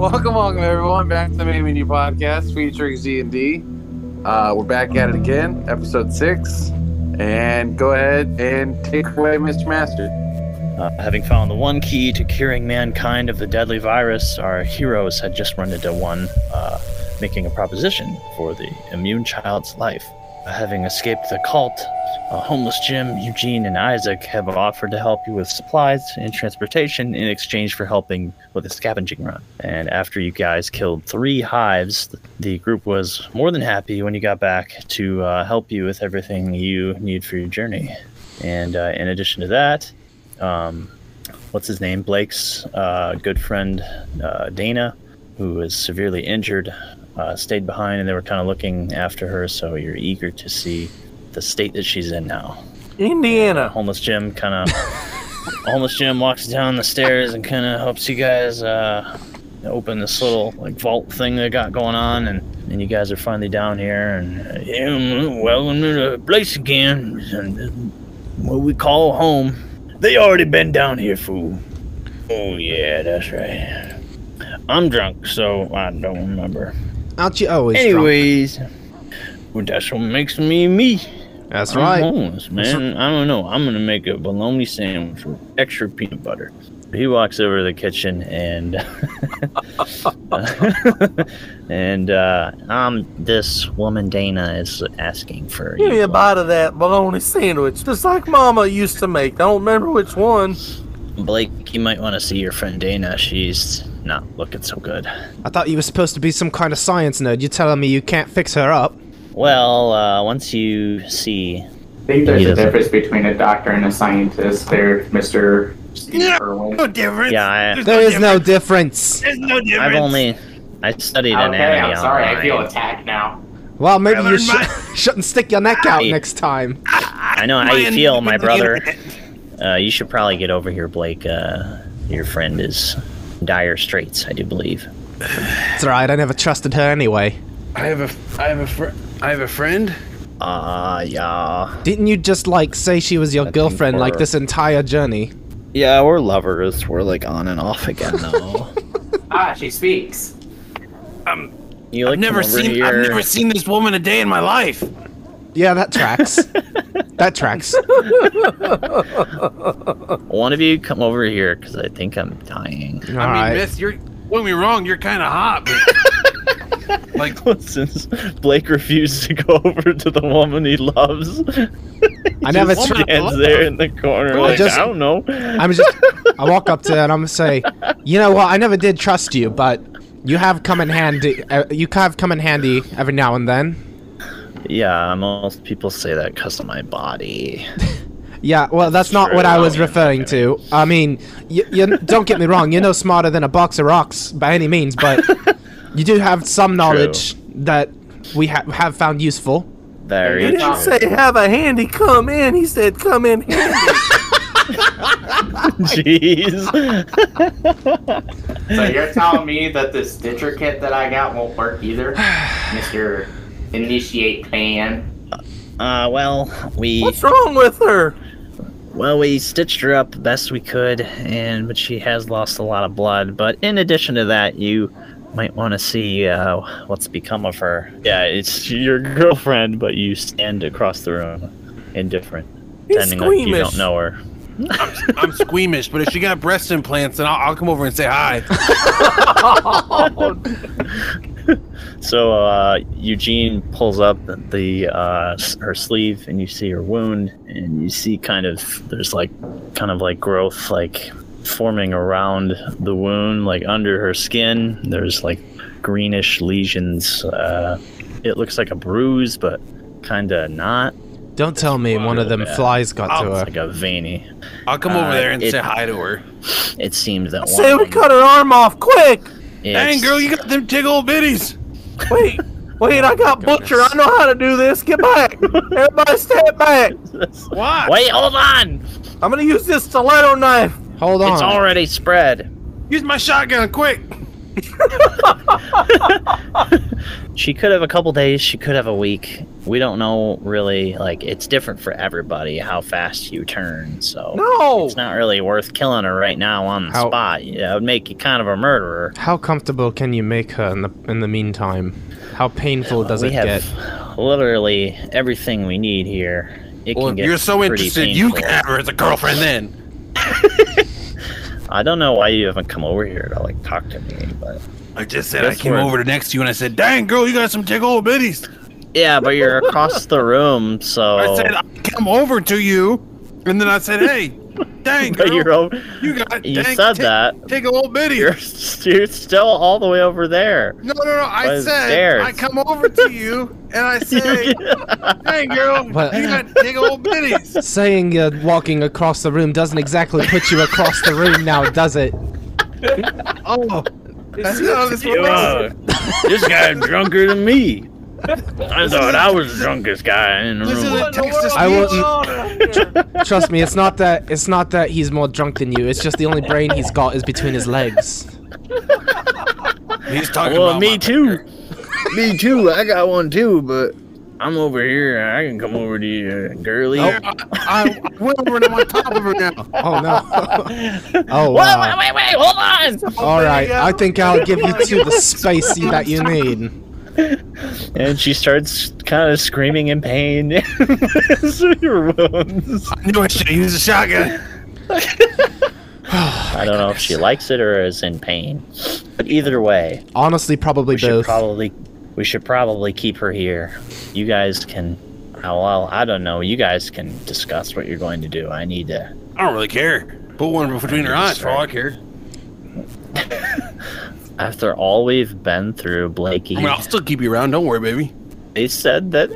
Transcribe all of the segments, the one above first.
Welcome, welcome everyone back to the Maybe New Podcast featuring Z and D. Uh, we're back at it again, episode six. And go ahead and take away Mr. Master. Uh, having found the one key to curing mankind of the deadly virus, our heroes had just run into one, uh, making a proposition for the immune child's life. Uh, Having escaped the cult, uh, homeless Jim, Eugene, and Isaac have offered to help you with supplies and transportation in exchange for helping with a scavenging run. And after you guys killed three hives, the group was more than happy when you got back to uh, help you with everything you need for your journey. And uh, in addition to that, um, what's his name? Blake's uh, good friend uh, Dana, who was severely injured, uh, stayed behind, and they were kind of looking after her. So you're eager to see the state that she's in now. Indiana. Homeless Jim kind of homeless Jim walks down the stairs and kind of helps you guys uh, open this little like vault thing they got going on, and and you guys are finally down here and uh, yeah, welcome to the place again, and uh, what we call home. They already been down here, fool. Oh yeah, that's right. I'm drunk, so I don't remember. Aren't you always Anyways, well, that's what makes me me. drunk? That's Mm-hmm. I'm right. homeless, man. I don't know. I'm gonna make a bologna sandwich with extra peanut butter. He walks over to the kitchen and and uh, um, this woman Dana is asking for Give me you. a bite of that bologna sandwich, just like Mama used to make. I don't remember which one. Blake, you might want to see your friend Dana. She's not looking so good. I thought you were supposed to be some kind of science nerd. You're telling me you can't fix her up. Well, uh, once you see, I think there's He a doesn't. difference between a doctor and a scientist there, Mr. Steve Irwin. difference. yeah, I, There is no difference. There's no difference. I've only I studied Okay, anatomy. I'm sorry, online. I feel attacked now. Well, maybe you learned sh- my- shouldn't stick your neck out Hey. next time. I know how you Mine- feel, my on the brother. internet. Uh, you should probably get over here, Blake. Uh, your friend is in dire straits, I do believe. It's alright, I never trusted her anyway. I have a I have a fr- I have a friend. Ah, yeah. Didn't you just, like, say she was your think girlfriend, like, we're- this entire journey? Yeah, we're lovers. We're like on and off again, though. Ah, she speaks. you like I've never come over seen. here. I've never seen this woman a day in my life. Yeah, that tracks. that tracks. One of you come over here because I think I'm dying. I mean, Alright. miss, you're. Don't get me wrong. You're kind of hot. But, like, Since Blake refused to go over to the woman he loves, I never. just- Tra- stands there in the corner. like, just- "I don't know. I'm just. I walk up to her and I'm gonna say, you know what? I never did trust you, but you have come in handy. Uh, you have come in handy every now and then. yeah, most people say that because of my body. Yeah. Well, that's not true. what I was Yeah, referring to. I mean, you, you don't get me wrong. You're no smarter than a box of rocks by any means, but you do have some knowledge that we ha- have found useful. Very He didn't true. say have a handy come in. He said come in handy. Jeez. So you're telling me that this ditcher kit that I got won't work either? Mr. Initiate Plan. Uh, well, we What's wrong with her? well we stitched her up best we could, and but she has lost a lot of blood. But in addition to that, you might want to see uh, what's become of her. Yeah, it's your girlfriend, but you stand across the room, indifferent, He's pretending like you squeamish. don't know her. I'm squeamish, but if she got breast implants, then I'll, I'll come over and say hi. So uh, Eugene pulls up the uh, s- her sleeve, and you see her wound, and you see kind of there's like kind of like growth like forming around the wound, like under her skin. There's like greenish lesions. Uh, it looks like a bruise, but kind of not. Don't tell me one of them bad. flies got to Oh, her. It's like a veiny. I'll come Uh, over there and it- say hi to her. It seems that Say we one. cut her arm off quick. it's- Dang, girl, you got them tickle bitties. Wait, wait, I got butcher. I know how to do this. Get back. Everybody step back. Why? Wait, hold on! I'm gonna use this stiletto knife. Hold on. It's already spread. Use my shotgun, quick. she could have a couple days she could have a week we don't know really like it's different for everybody how fast you turn so No. it's not really worth killing her right now on the How- spot yeah, it would make you kind of a murderer How comfortable can you make her in the in the meantime? How painful does we it have get? literally everything we need here it Well, can if get you're so pretty interested, you painful. can have her as a girlfriend then. i don't know why you haven't come over here to like talk to me but I just said I That's came where- over to next to you and I said, "Dang girl, you got some big old bitties." yeah but you're across the room so I said I came over to you, and then I said, "Hey, dang but girl, you're over you got you dang said ti- that Take a old bitty. you're, you're still all the way over there No, no, no. I Was said theirs. I come over to you and I say, "Hey, girl, But- you got big old bitties." Saying you're walking across the room doesn't exactly put you across the room now, does it? Oh, that's how this works. Uh, this guy drunker than me. I thought I was the drunkest guy in the This is a room. text to I speech. wouldn't- Trust me, it's not that it's not that he's more drunk than you. It's just the only brain he's got is between his legs. He's talking Well, about me my- too. me too. I got one too, but I'm over here. I can come over to you, girly. Oh. I, I I went over and I'm on top of her now. Oh no. Oh Wait, wait, wow. wait, wait, hold on! All right, yeah. I think I'll give you two the spicy that you need. And she starts kind of screaming in pain. Your wounds. I knew I should use a shotgun. I don't know if she likes it or is in pain, but either way, Honestly, probably we should both. probably we should probably keep her here. You guys can. oh, Well, I don't know. You guys can discuss what you're going to do. I need to. I don't really care. Put one between her eyes for all I care. After all we've been through, Blakey, I mean, I'll still keep you around. Don't worry, baby. they said that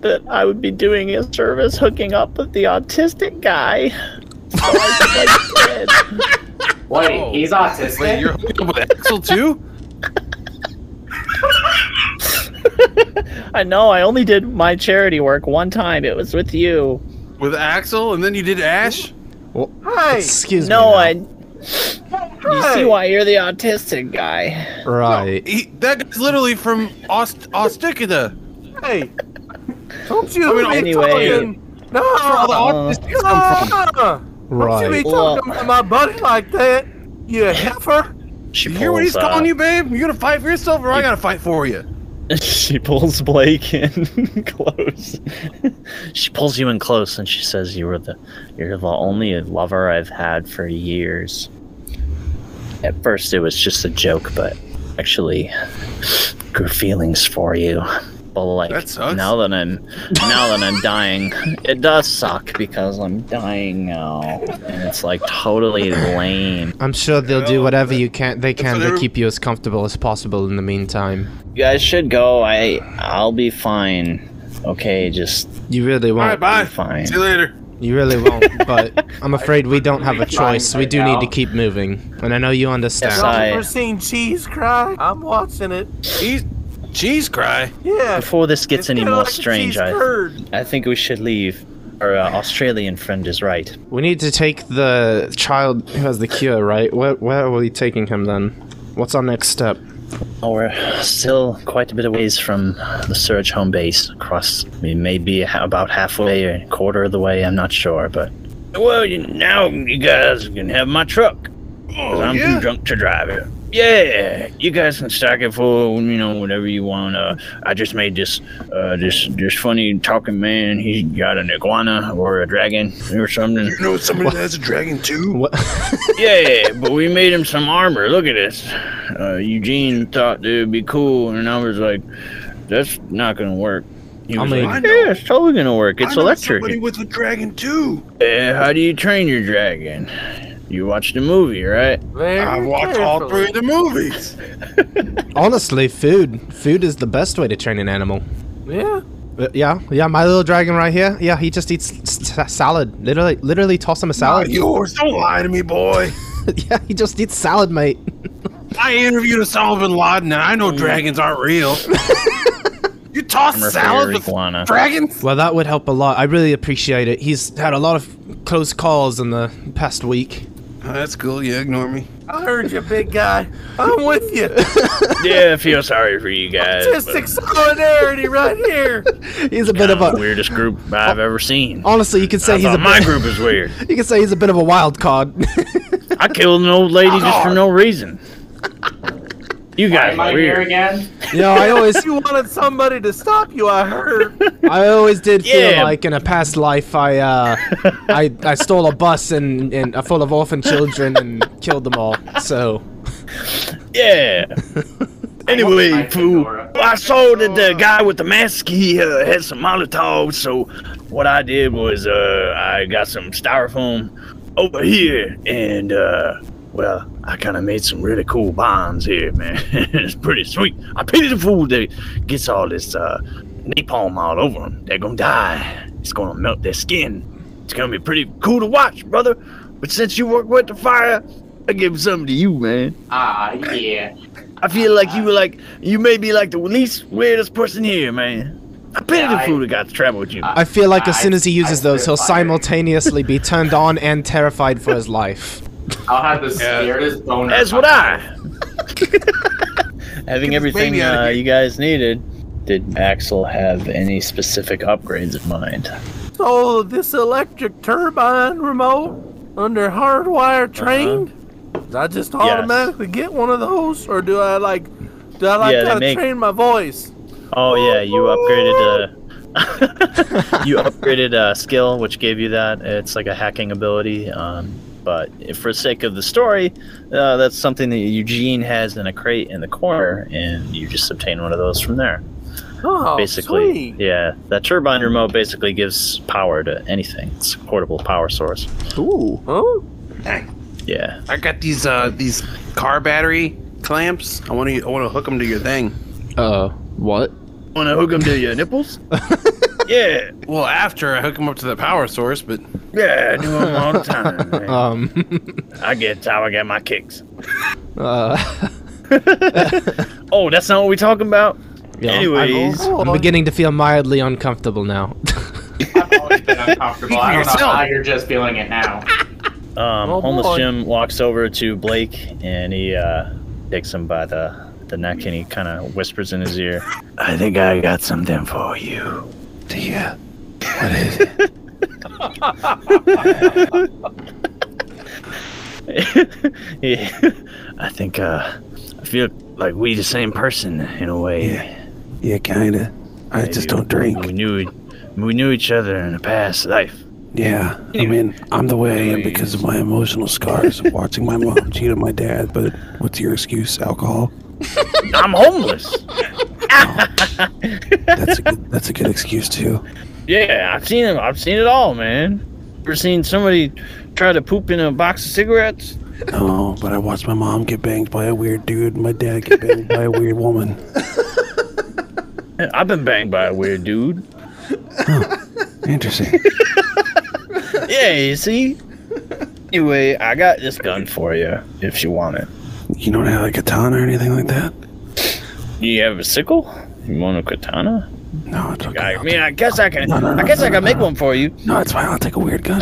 that I would be doing a service hooking up with the autistic guy. So I was like, "Dead." Wait, he's autistic. Oh, Wait, you're hooking up with Axel too? I know. I only did my charity work one time. It was with you. With Axel, and then you did Ash. Hey, Excuse No, I. me. You see why you're the autistic guy? I right. He, that guy's literally from Aust- Austica. hey. Don't you I mean, be anyway. talking. No, Uh, no. Don't you be Right. talking to my buddy like that, you heifer. She You hear what he's pulls, uh, calling you, babe? You gonna fight for yourself, or I gotta fight for you? she pulls Blake in close. she pulls you in close and she says you were the you're the only lover I've had for years. At first it was just a joke, but actually grew feelings for you. But like That sucks. now that I'm now that I'm dying, it does suck because I'm dying now. And it's like totally lame. I'm sure they'll do whatever you can they can what to every- keep you as comfortable as possible in the meantime. You guys should go. I I'll be fine. Okay, just You really All right, won't. bye. fine. See you later. You really won't, but I'm afraid we don't have a choice. We right do need now. to keep moving. And I know you Yes, understand. I- Y'all ever seen cheese cry? I'm watching it. Jeez, jeez, cry. Yeah. Before this gets any kinda more like a strange, cheese I, curd. I think we should leave. Our uh, Australian friend is right. We need to take the child who has the cure, right? Where where are we taking him then? What's our next step? Oh, we're still quite a bit of ways from the Surge home base across. We may be ha- about halfway or quarter of the way, I'm not sure, but. Well, you, now you guys can have my truck. Because I'm Oh, yeah? too drunk to drive it. Yeah, you guys can stack it for you know whatever you want. Uh, I just made this uh, this this funny talking man. He got an iguana or a dragon or something. You know somebody that has a dragon too? What Yeah, but we made him some armor. Look at this. Uh, Eugene thought it would be cool, and I was like, that's not gonna work. He I was mean- like, yeah, it's totally gonna work. I It's know electric. Somebody with a dragon too. "Uh, how do you train your dragon? You watched the movie, right? Very I've watched all three of the movies. Honestly, food. Food is the best way to train an animal. carefully. Yeah. Uh, yeah, yeah, my little dragon right here. Yeah, he just eats s- s- salad. Literally, literally toss him a Oh, Not salad. yours. Don't lie to me, boy. yeah, he just eats salad, mate. I interviewed Osama bin Laden, and I Mm. know dragons aren't real. you toss Armor for salad your with iguana. dragons? Well, that would help a lot. I really appreciate it. He's had a lot of close calls in the past week. Oh, that's cool. Yeah, ignore me. I heard you, big guy. I'm with you. Yeah, I feel sorry for you guys. Artistic but solidarity right here. He's a bit of kinda a. weirdest group I've ever seen. Honestly, you could say I he's a thought my bit, group is weird. You could say he's a bit of a wild card. I killed an old lady just for no reason. You guys Oh. Am I are here weird. again? you know, I always, You wanted somebody to stop you, I heard. I always did feel Yeah. like in a past life I, uh, I, I stole a bus and and uh, full of orphan children and killed them all. So Yeah. Anyway, Nice, fool. Nora. I saw that the guy with the mask he uh, had some Molotovs, so what I did was uh, I got some styrofoam over here, and uh, well, I kind of made some really cool bombs here, man. it's pretty sweet. I pity the fool that gets all this uh, napalm all over them. They're gonna die. It's gonna melt their skin. It's gonna be pretty cool to watch, brother. But since you work with the fire, I give something to you, man. Ah, yeah. I feel like you were like you may be like the least weirdest person here, man. I pity the I- fool that got to travel with you. I feel like as I- soon as he uses I those, he'll feel fired. simultaneously be turned on and terrified for his life. I'll have the scariest boner. That's what I. Having everything, baby out of uh, here. you guys needed. Did Axel have any specific upgrades in mind? Oh, this electric turbine remote under Uh-huh. hardwire trained. Do I just automatically get one of those, or do I like, do I like Yeah, they gotta make- train my voice? Oh yeah, you upgraded. Uh, you upgraded a skill, which gave you that. It's like a hacking ability. Um, but if for sake of the story, uh, that's something that Eugene has in a crate in the corner, and you just obtain one of those from there. Oh, basically. sweet. Yeah, that turbine remote basically gives power to anything. It's a portable power source. Ooh. Huh? Yeah. I got these uh these car battery clamps. I want to I want to hook them to your thing. Uh, what? Want to hook them to your nipples? yeah, Well, after I hook them up to the power source, but yeah, I do them all the time. man. Um, I get how I get my kicks. uh, Oh, that's not what we talking about. yeah, Anyways, I'm, I'm Oh, beginning to feel mildly uncomfortable now. I've always been uncomfortable. I don't know how you're just feeling it now. um, Oh, homeless boy. Jim walks over to Blake and he uh, takes him by the the neck and he kind of whispers in his ear. I think I got something for you. yeah, yeah, I think uh, I feel like we the same person in a way. yeah, kinda. I Maybe We knew we knew each other in a past life. Yeah, I mean, I'm the way I am because of my emotional scars of watching my mom cheat on my dad. But what's your excuse? Alcohol? I'm homeless. That's a good, that's a good excuse too. yeah, I've seen him. I've seen it all, man. Ever seen somebody try to poop in a box of cigarettes? No, but I watched my mom get banged by a weird dude, and my dad get banged by a weird woman. I've been banged by a weird dude. Interesting. Yeah, you see. Anyway, I got this gun for you if you want it. You don't have a katana or anything like that? You have a sickle? You want a katana? No, it's okay. I I'll mean, take- I guess I can. No, no, no, I guess no, I can no, make no. one for you. no, it's fine. I'll take a weird gun.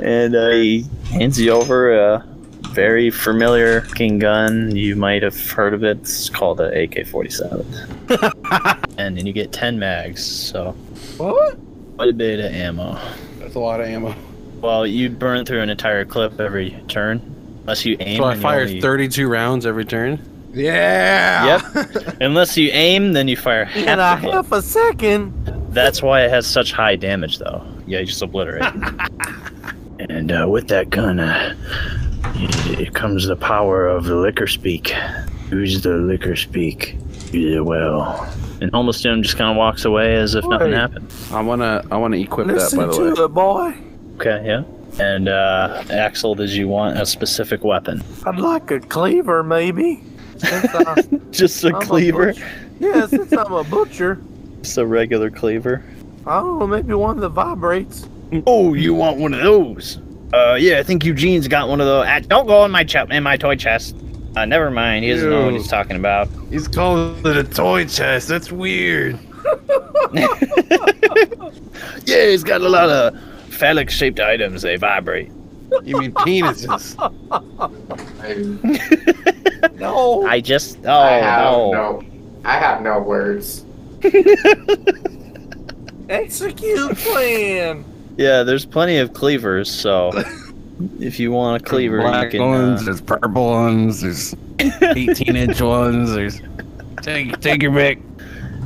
and uh, he hands you over a very familiar looking gun. You might have heard of it. It's called a AK-47. and then you get 10 mags, so What? quite a bit of ammo. That's a lot of ammo. Well, you burn through an entire clip every turn, unless you aim. So I and you fire only- 32 rounds every turn. yeah. Yep. unless you aim, then you fire half. In a the clip. half a second. That's why it has such high damage, though. Yeah, you just obliterate. and uh, with that gun, uh, it, it comes the power of the liquor speak. Use the liquor speak. Use it well. And Homeless Jim just kind of walks away as if nothing Right. happened. I wanna I wanna equip Listen that by the way. to it, boy. Okay, yeah. And uh, Axel, did you want a specific weapon? I'd like a cleaver, maybe. Since I, Oh Just a I'm a cleaver, butcher. yeah, since I'm a butcher, just a regular cleaver. I don't know, maybe one that vibrates. Oh, you want one of those? Uh, yeah, I think Eugene's got one of those. Ah, don't go in my ch- in my toy chest. Uh, never mind. He doesn't know what Ew. he's talking about. He's calling it a toy chest. That's weird. Yeah, he's got a lot of phallic shaped items, they vibrate. You mean penises? I, No. I just. Oh, I have no. no. I have no words. Execute plan. Yeah, there's plenty of cleavers, so if you want a cleaver, you Black can. ones, uh, there's purple ones, there's 18 inch ones, there's. Take, take your pick.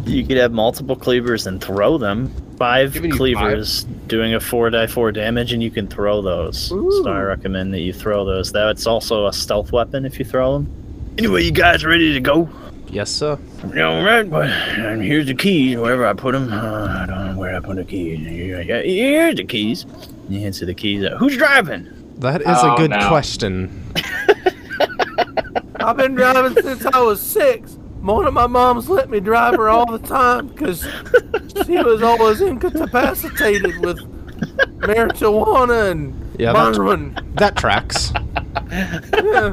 You could have multiple cleavers and throw them. Five Giving you five? cleavers doing a four die four damage, and you can throw those. So I recommend that you throw those. That's also a stealth weapon if you throw them. Anyway, you guys ready to go? Yes, sir. All right, but and here's the keys. Wherever I put them, uh, I don't know where I put the keys. Here- here- Here's the keys. You answer the keys. Uh, Who's driving? That is Oh, a good no. question. I've been driving since I was six. One of my moms let me drive her all the time because she was always incapacitated with marijuana and Yeah, that's- heroin. That tracks. Yeah.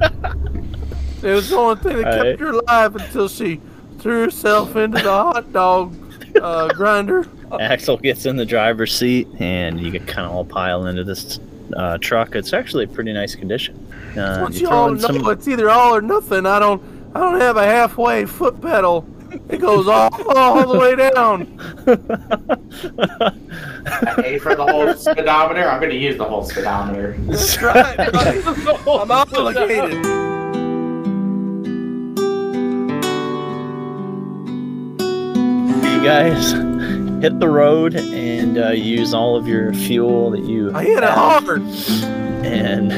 It was the only thing that kept Alright. her alive until she threw herself into the hot dog uh, grinder. Axel gets in the driver's seat, and you can kind of all pile into this uh, truck. It's actually a pretty nice condition. Uh, Once you you throw all in know some- it's either all or nothing, I don't I don't have a halfway foot pedal. It goes all, all the way down. I pay for the whole speedometer. I'm gonna use the whole speedometer. That's right. buddy. I'm obligated. you guys hit the road and uh, use all of your fuel that you I hit it hard. and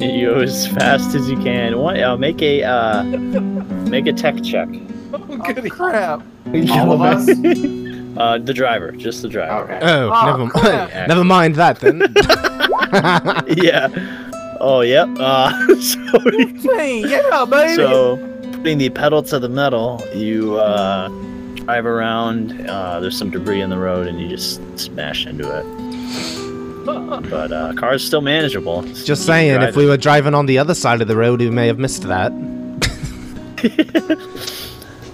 you go as fast as you can. What? Uh, make a uh, make a tech check. Oh, crap. All of us. Uh, the driver, just the driver. Okay. Oh, Oh, never crap. mind. never mind that then. Yeah. Oh, yep. Uh, so Hey, yeah, baby. So, putting the pedal to the metal, you uh, drive around. Uh, there's some debris in the road, and you just smash into it. But uh, car's still manageable. Just saying, if Drive we it. were driving on the other side of the road, we may have missed that.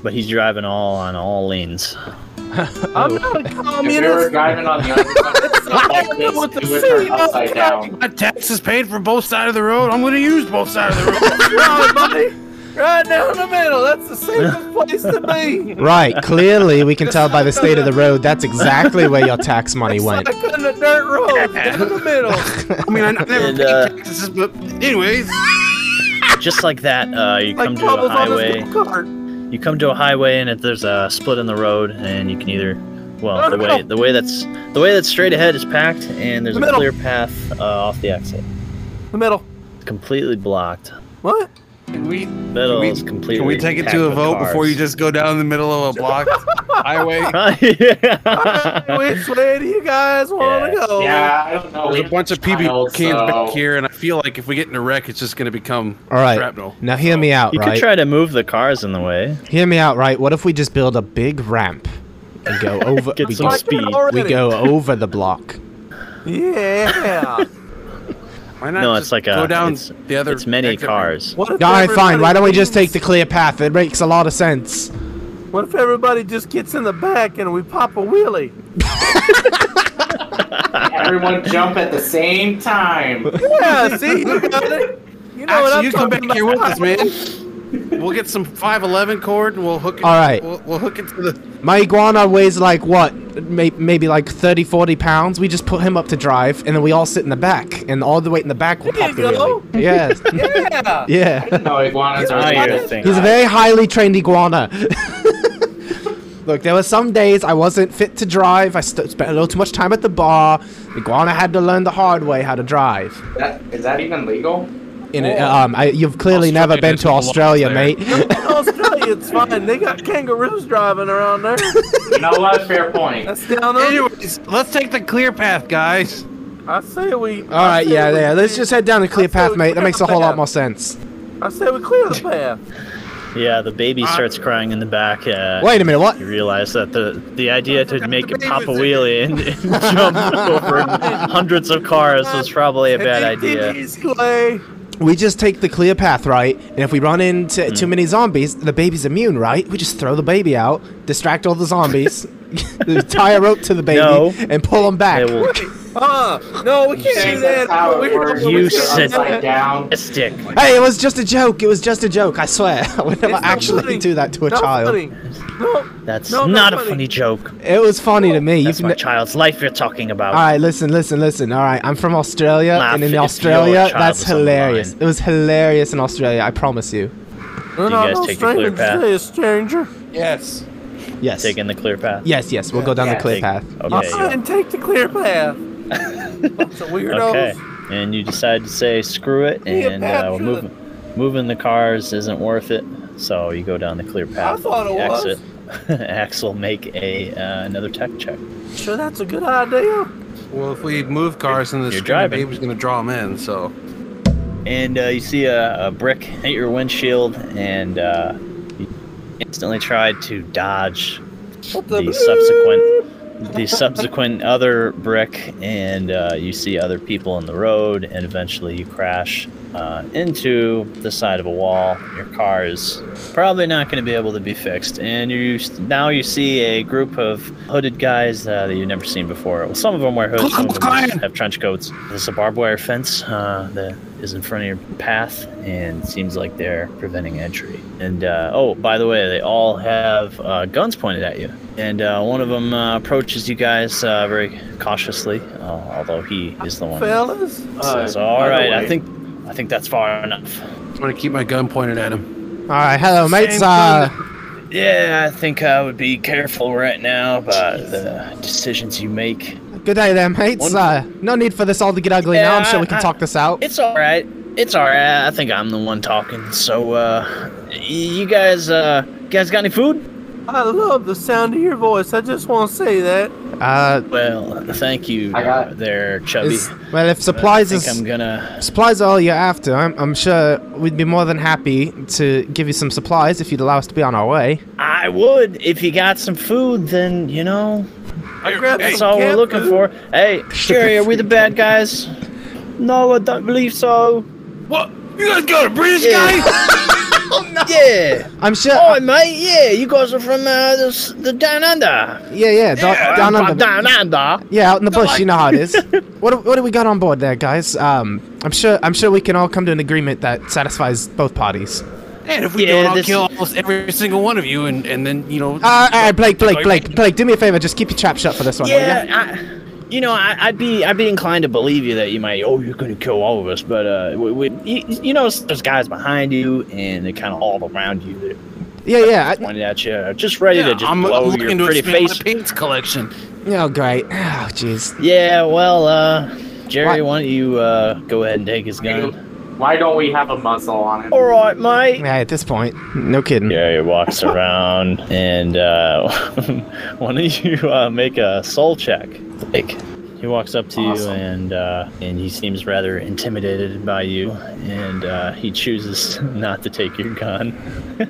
But he's driving all on all lanes. I'm not a if we were communist. driving on the other side, of the With the it would turn city upside upside down. My tax is paid for both sides of the road. I'm going to use both sides of the road. Right, buddy. Right down the middle. That's the safest place to be. Right, clearly we can tell by the state of the road that's exactly where your tax money It's went. like on the dirt road, down the middle. I mean, I, I never And, paid uh, taxes, but anyways. Just like that, uh, you come Like to a bubbles on highway. his cart. You come to a highway, and if there's a split in the road, and you can either, well, the way the way that's the way that's straight ahead is packed, and there's The a middle. clear path uh, off the exit, The middle. completely blocked. What? Can we, Middle we- is completely. can we take it packed to a with vote before you cars. just go down the middle of a blocked highway? yeah. Which way do you guys want to Yeah. go? Yeah, I don't know. There's a bunch of PB Miles, cans back so- here, and I feel like if we get in a wreck, it's just going to become All right. shrapnel. Now hear me out, You could right? try to move the cars in the way. hear me out, right? What if we just build a big ramp and go over Get we, some go, Like it speed. we already. go over the block. Yeah. Why not No, just it's like a. go down it's, the other. It's many exit cars. What if All right, fine. Why don't we everybody just take the leaves- clear path? It makes a lot of sense. What if everybody just gets in the back and we pop a wheelie? Everyone jump at the same time. Yeah, see, you got it. You know what Axel, I'm you come talking back about. here with us, man. We'll get some 511 cord and we'll hook it. All right. We'll, we'll hook it to the. My iguana weighs like what? May- Maybe like 30, 40 pounds. We just put him up to drive, and then we all sit in the back, and all the weight in the back will There pop you the go. wheelie. Yeah, Yeah. yeah. No iguanas are Now like you're this. thinking. He's a very highly trained iguana. Look, there were some days I wasn't fit to drive. I st- spent a little too much time at the bar. The iguana had to learn the hard way how to drive. That, is that even legal? In a, um, I, you've clearly Australia never been doesn't to belong Australia, there. mate. In Australia, it's fine. They got kangaroos driving around there. You know what? Fair point. That's down under. Anyways, let's take the clear path, guys. I say we. all right, yeah, yeah. Let's just head down the clear Let's path, go mate. That clear makes a the whole lot path. more sense. I say we clear the path. Yeah, the Uh, baby starts crying in the back. Uh, Wait a minute, what? You realize that the the idea to forgot make the it baby pop a was in wheelie and, and jump over hundreds of cars was probably a bad idea. Easy way. We just take the clear path, right? And if we run Hmm. into too many zombies, the baby's immune, right? We just throw the baby out, distract all the zombies, tie a rope to the baby No. and pull him back. They will Huh? No, we can't See, do that. that's how We- it works. You You said- upside down. a stick. Hey, it was just a joke. It was just a joke. I swear. I would never It's not actually funny. do that to a Not child. funny. No, That's No, not not a funny. funny joke. It was funny to me. That's You've my ne- child's life you're talking about. all right, listen, listen, listen. All right, I'm from Australia, Laugh and if in your Australia, child that's was on the hilarious. line. It was hilarious in Australia. I promise you. no, you no, guys no, take a clear stranger, path? say a stranger. Yes. Yes. Taking the clear path. Yes, yes. We'll go down Yeah, the clear Take- path. Okay. Uh, and take the clear path. Bunch of you- weirdos. okay. And you decide to say screw it, Yeah, and path uh, we're to moving. Moving the cars isn't worth it, so you go down the clear path. thought and it was. exit. Axel, make a uh, another tech check. Sure, that's a good idea. Well, if we move cars in this, You're street, driving. baby's gonna draw them in. So and uh, you see a, a brick hit your windshield, and uh, you instantly tried to dodge the, subsequent the subsequent other brick, and uh, you see other people in the road, and eventually you crash uh, into the side of a wall. Your car is probably not going to be able to be fixed, and you now you see a group of hooded guys uh, that you've never seen before. Well, some of them wear hoods, some of them just have trench coats. There's a barbed wire fence uh, that is in front of your path, and seems like they're preventing entry. And uh, oh, by the way, they all have uh, guns pointed at you. And uh, one of them uh, approaches you guys uh, very cautiously, uh, although he is the one who Fellas, says, Uh, by "All the right, I way, think." I think that's far enough. I'm gonna keep my gun pointed at him. All right, hello, mates. Uh, Yeah, I think I would be careful right now about the decisions you make. good day there, mates. One- Uh, no need for this all to get ugly Yeah, now. I'm sure I- we can I- talk this out. It's all right. It's all right. I think I'm the one talking. So, uh, y- you guys, uh, you guys got any food? I love the sound of your voice. I just want to say that. Uh, Well, thank you. I got uh, there, chubby. it's- well, if Uh, I supplies think is I'm gonna. supplies are all you're after, I'm, I'm sure we'd be more than happy to give you some supplies if you'd allow us to be on our way. I would if you got some food. Then you know I grabbed that's some all we're cat looking food. for. Hey, Jerry, are we the bad guys? No, I don't believe so. What? You guys got a British Yeah. guy? Yeah. I'm sure. uh, All right, mate. Yeah, you guys are from uh, the, s- the down under. yeah, yeah, do- down I'm under. from Down under. Yeah, out in the bush, you know how it is. what, do, what do we got on board there, guys? Um, I'm sure I'm sure we can all come to an agreement that satisfies both parties. And if we Yeah, don't, I'll this- kill almost every single one of you, and, and then you know. Uh, all right, Blake, Blake, Blake, Blake, do me a favor, just keep your trap shut for this Oh, one. will ya? Yeah, I, you know, I, I'd be I'd be inclined to believe you that you might. Oh, you're gonna kill all of us, but uh, we, we, you, you know, there's guys behind you and they're kind of all around you. They're yeah, yeah. I- pointing at you, uh, just ready yeah, to just I'm, blow I'm looking your to pretty expand face. my paints collection. Oh, great. Oh, jeez. Yeah, well, uh, Jerry, What? why don't you uh, go ahead and take his gun? Why don't we have a muzzle on him? All right, mate. Yeah, at this point, no kidding. Gary walks around and uh, why don't you uh, make a soul check? Like he walks up to Awesome. you and uh, and he seems rather intimidated by you and uh, he chooses not to take your gun.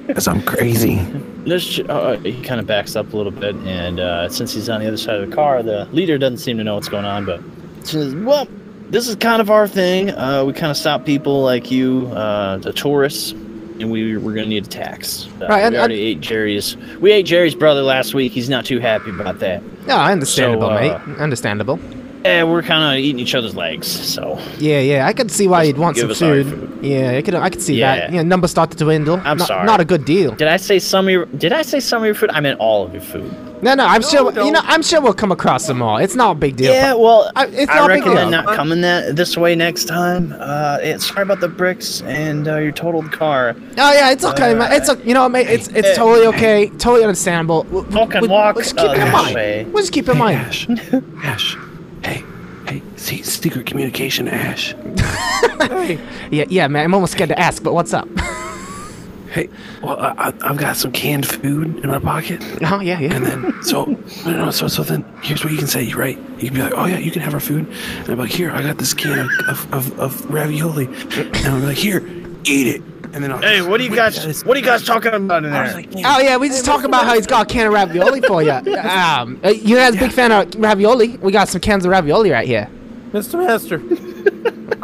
Because I'm crazy. This ch- uh, he kind of backs up a little bit and uh, since he's on the other side of the car, the leader doesn't seem to know what's going on, but says, "Well, this is kind of our thing. Uh, we kind of stop people like you, uh, the tourists." And we we're gonna need a tax. Uh, Right, we and- already ate Jerry's. We ate Jerry's brother last week. He's not too happy about that. No, understandable, So, uh, mate. Understandable. Yeah, we're kind of eating each other's legs. So Yeah, yeah. I could see why you'd want give some us our food. food. Yeah, I could. I could see that. Yeah. Yeah, numbers started to dwindle. I'm Not- sorry. Not a good deal. did I say some of your? Did I say some of your food? I meant all of your food. No, no. I'm sure. You don't. know, I'm sure we'll come across some more. It's not a big deal. Yeah, well, I- I, it's not big recommend enough. not coming that this way next time. Uh, yeah, sorry about the bricks and uh, your totaled car. Oh yeah, it's okay, Uh, man. It's okay. you know, mate. It's it's hey. totally okay, totally understandable. We- we- Fucking we- walk Let's keep it the in mind. way. Let's keep it in Hey, mind. Ash. Ash. Hey. Hey. See, secret communication, Ash. Yeah, yeah, man. I'm almost scared to ask, but what's up? Hey. Well, I, I, I've got some canned food in my pocket. oh yeah, yeah. And then, so, no, no, so, so then, here's what you can say, right? You can be like, oh, yeah, you can have our food. And I'm like, here, I got this can of, of, of, of ravioli. And I'm like, here, eat it. And then I'll Hey, what do you guys? What are you guys talking about in I was there? like, yeah. Oh yeah, we just talking about how he's got a can of ravioli for you. Um, uh, you guys big fan of ravioli? We got some cans of ravioli right here. Mr. Master,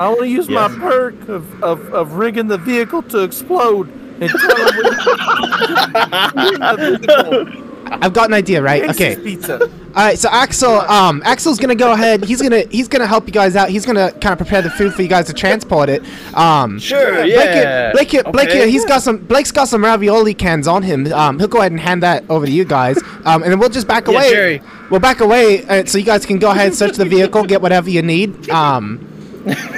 I want to use my perk of, of, of rigging the vehicle to explode and tell him we- the vehicle. I've got an idea, right? Texas Okay. Pizza. All right, so Axel, um, Axel's gonna go ahead. He's gonna he's gonna help you guys out. He's gonna kind of prepare the food for you guys to transport it. Um, Sure, yeah. Blake, Blake, Blake Okay. he's got some Blake's got some ravioli cans on him. Um, he'll go ahead and hand that over to you guys, um, and then we'll just back Yeah, away. Jerry. We'll back away, uh, so you guys can go ahead and search the vehicle, get whatever you need. Um,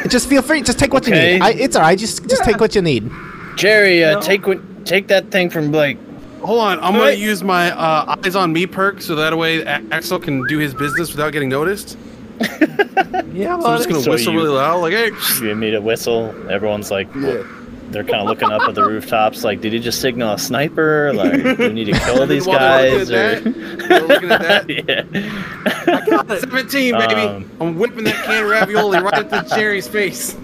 just feel free. Just take what you Okay. need. I, it's all right. Just just take what you need. Jerry, uh, take what, take that thing from Blake. Hold on, I'm Alright. gonna use my uh, eyes on me perk so that way A- Axel can do his business without getting noticed. Yeah, So I'm just buddy. gonna So whistle you- really loud, like, "Hey!" You need a whistle. Everyone's like, look- they're kind of looking up at the rooftops, like, did he just signal a sniper? Like, do we need to kill these While they're guys? looking at Or... that, they're looking at that. yeah. I got it. 17, baby. Um, I'm whipping that can of ravioli right at the Jerry's face.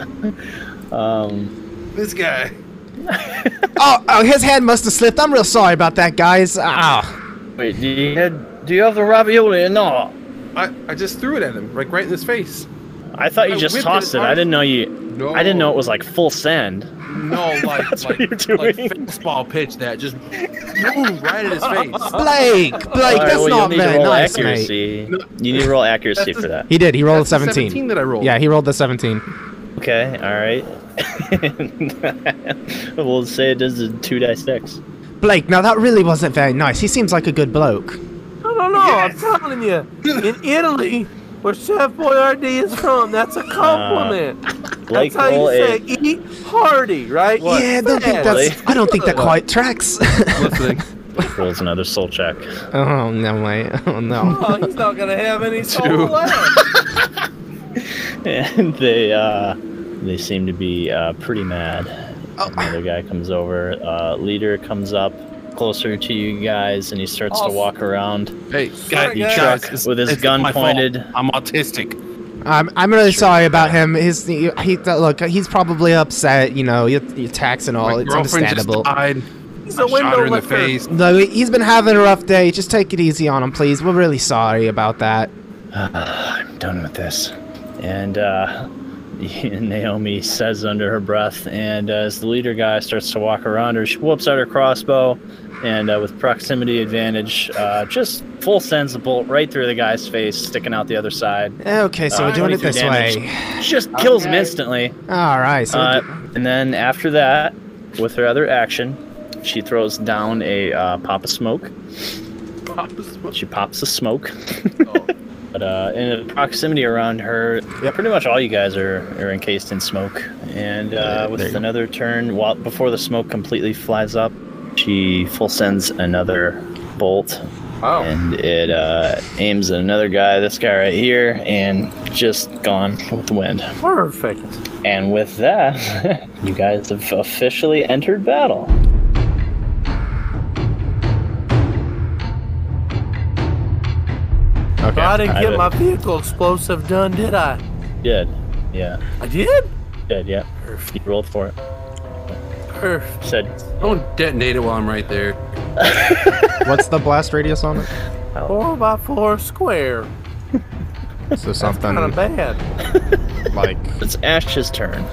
Um, This guy. Oh, oh, his hand must have slipped. I'm real sorry about that, guys. Ah, wait, do you, had, Uh, do you have the ravioli or not? I, I just threw it at him, like right in his face. I thought you I just whipped tossed it it. I didn't know you. I didn't know it was like full send. No, like, like, what you're like doing. fastball pitch that just boom, right at his face. Blake, Blake, All right, that's well, not you'll need to very roll nice, mate. accuracy. You need to roll accuracy That's for that. He did. He rolled That's a the 17. 17 that I rolled. Yeah, he rolled the 17. Okay, all right. we'll say it does a two dice six. Blake, now that really wasn't very nice. He seems like a good bloke. I don't know. I'm telling you, in Italy, where Chef Boyardee is from, that's a compliment. Blake, that's how you roll say a eat hearty, right? yeah, I don't think Fast. that's. I don't think that Good. quite tracks. Listening. rolls another soul check. oh no, mate. Oh no. Oh, he's not gonna have any Two. soul left. and they uh, they seem to be uh, pretty mad. Oh. Another guy comes over. Uh, leader comes up closer to you guys, and he starts Oh, to walk around Hey, guy, you guys, guys, it's- with his it's gun my fault. pointed. I'm autistic. I'm. I'm really sorry about him. His. He. Look. He's probably upset. You know. Your, your tax and all. My it's girlfriend understandable. just died. He's I a shot window her in the licker. face. No, he- he's been having a rough day. Just take it easy on him, please. We're really sorry about that. I'm done with this. And uh, Naomi says under her breath, and uh, as the leader guy starts to walk around her, she whoops out her crossbow, and uh, with proximity advantage, uh, just full sends the bolt right through the guy's face, sticking out the other side. Okay, so Uh, we're doing it 23 this damage. way. Just kills him Okay. instantly. All right. So Uh, we're and then after that, with her other action, she throws down a uh, pop of smoke. She pops the smoke. but uh, in the proximity around her, pretty much all you guys are, are encased in smoke. And uh, with another turn, while, before the smoke completely flies up, she full sends another bolt. And it uh, aims at another guy, this guy right here, and just gone with the wind. Perfect. And with that, you guys have officially entered battle. good. okay. I didn't I get did. my vehicle explosive done, did I? Good. Yeah. I did. Good. Yeah. You rolled for it. Perfect. Said, Don't detonate it while I'm right there. What's the blast radius on it? Four by four square. So Kind of something bad. like. it's Ash's turn.